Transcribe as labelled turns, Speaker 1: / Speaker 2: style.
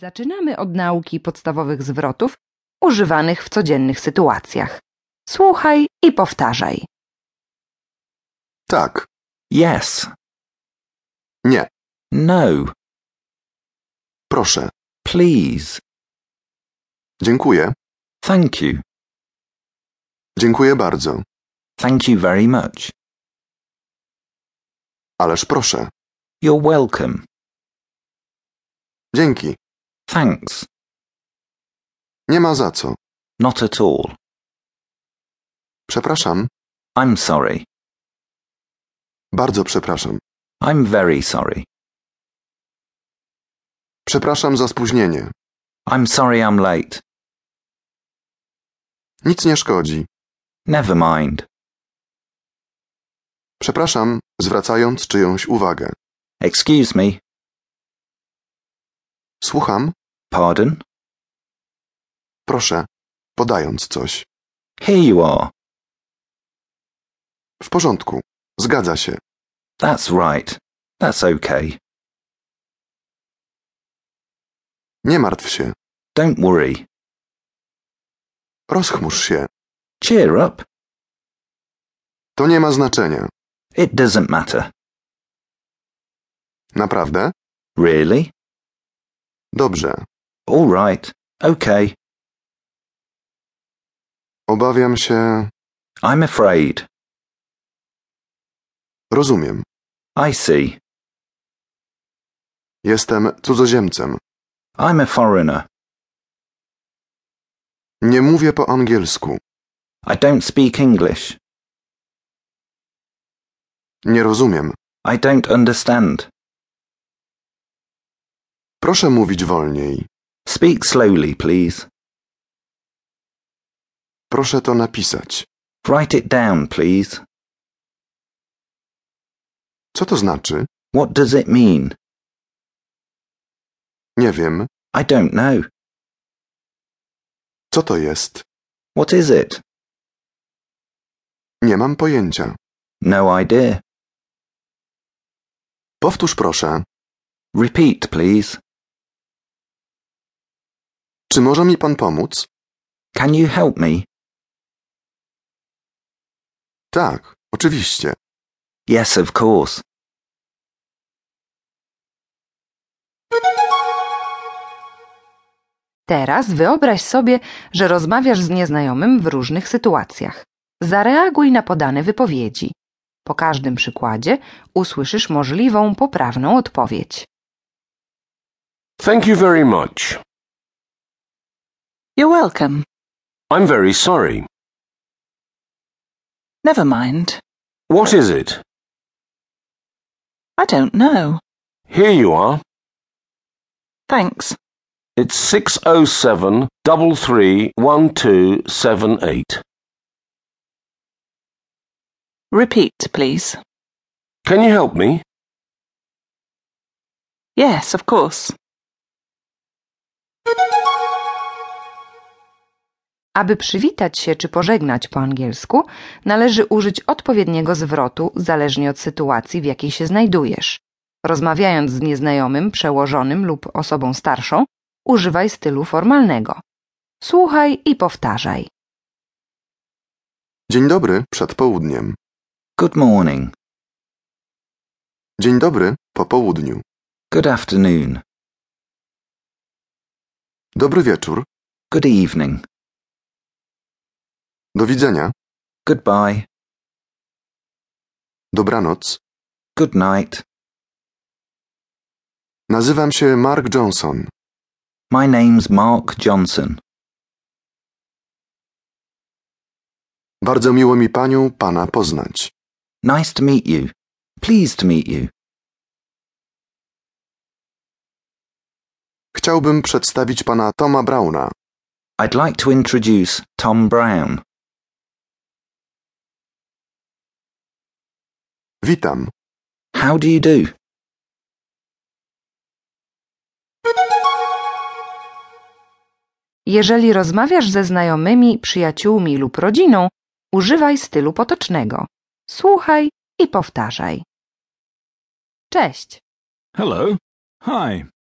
Speaker 1: Zaczynamy od nauki podstawowych zwrotów używanych w codziennych sytuacjach. Słuchaj i powtarzaj.
Speaker 2: Tak,
Speaker 3: Yes.
Speaker 2: nie,
Speaker 3: No.
Speaker 2: proszę,
Speaker 3: Please.
Speaker 2: dziękuję,
Speaker 3: Thank you.
Speaker 2: dziękuję bardzo,
Speaker 3: Thank you very much.
Speaker 2: ależ proszę,
Speaker 3: You're welcome.
Speaker 2: dzięki,
Speaker 3: Thanks.
Speaker 2: nie ma za co,
Speaker 3: Not at all.
Speaker 2: przepraszam,
Speaker 3: I'm sorry.
Speaker 2: bardzo przepraszam,
Speaker 3: I'm very sorry.
Speaker 2: przepraszam za spóźnienie,
Speaker 3: I'm sorry I'm late.
Speaker 2: nic nie szkodzi,
Speaker 3: Never mind.
Speaker 2: przepraszam, zwracając czyjąś uwagę.
Speaker 3: Excuse me.
Speaker 2: Słucham,
Speaker 3: Pardon?
Speaker 2: proszę, podając coś.
Speaker 3: Here you are.
Speaker 2: W porządku, zgadza się,
Speaker 3: That's right. That's okay.
Speaker 2: nie martw się,
Speaker 3: Don't worry.
Speaker 2: rozchmurz się,
Speaker 3: Cheer up.
Speaker 2: to nie ma znaczenia,
Speaker 3: It doesn't matter.
Speaker 2: naprawdę?
Speaker 3: Really?
Speaker 2: Dobrze,
Speaker 3: All right. Okay.
Speaker 2: obawiam się,
Speaker 3: I'm afraid.
Speaker 2: rozumiem,
Speaker 3: I see.
Speaker 2: jestem cudzoziemcem,
Speaker 3: I'm a foreigner.
Speaker 2: nie mówię po angielsku,
Speaker 3: I don't speak English.
Speaker 2: nie rozumiem.
Speaker 3: I don't understand.
Speaker 2: Proszę mówić wolniej.
Speaker 3: Speak slowly, please.
Speaker 2: Proszę to napisać.
Speaker 3: Write it down, please.
Speaker 2: Co to znaczy?
Speaker 3: What does it mean?
Speaker 2: Nie wiem.
Speaker 3: I don't know.
Speaker 2: Co to jest?
Speaker 3: What is it?
Speaker 2: Nie mam pojęcia.
Speaker 3: No idea.
Speaker 2: Powtórz proszę.
Speaker 3: Repeat, please.
Speaker 2: Czy może mi pan pomóc?
Speaker 3: Can you help me?
Speaker 2: Tak, oczywiście.
Speaker 3: Yes, of course.
Speaker 1: Teraz wyobraź sobie, że rozmawiasz z nieznajomym w różnych sytuacjach. Zareaguj na podane wypowiedzi. Po każdym przykładzie usłyszysz możliwą poprawną odpowiedź.
Speaker 4: Thank you very much.
Speaker 5: You're welcome.
Speaker 4: I'm very sorry.
Speaker 5: Never mind.
Speaker 4: What is it?
Speaker 5: I don't know.
Speaker 4: Here you are.
Speaker 5: Thanks.
Speaker 4: It's 607 1278.
Speaker 5: Repeat, please.
Speaker 4: Can you help me?
Speaker 5: Yes, of course.
Speaker 1: Aby przywitać się czy pożegnać po angielsku, należy użyć odpowiedniego zwrotu zależnie od sytuacji, w jakiej się znajdujesz. Rozmawiając z nieznajomym, przełożonym lub osobą starszą, używaj stylu formalnego. Słuchaj i powtarzaj.
Speaker 2: Dzień dobry przed południem.
Speaker 3: Good morning.
Speaker 2: Dzień dobry po południu.
Speaker 3: Good afternoon.
Speaker 2: Dobry wieczór.
Speaker 3: Good evening.
Speaker 2: Do widzenia.
Speaker 3: Goodbye.
Speaker 2: Dobranoc.
Speaker 3: Good night.
Speaker 2: Nazywam się Mark Johnson.
Speaker 3: My name's Mark Johnson.
Speaker 2: Bardzo miło mi panią, pana poznać.
Speaker 3: Nice to meet you. Pleased to meet you.
Speaker 2: Chciałbym przedstawić pana Toma Brauna.
Speaker 3: I'd like to introduce Tom Brown.
Speaker 2: Witam.
Speaker 3: How do you do?
Speaker 1: Jeżeli rozmawiasz ze znajomymi, przyjaciółmi lub rodziną, używaj stylu potocznego. Słuchaj i powtarzaj. Cześć.
Speaker 6: Hello. Hi.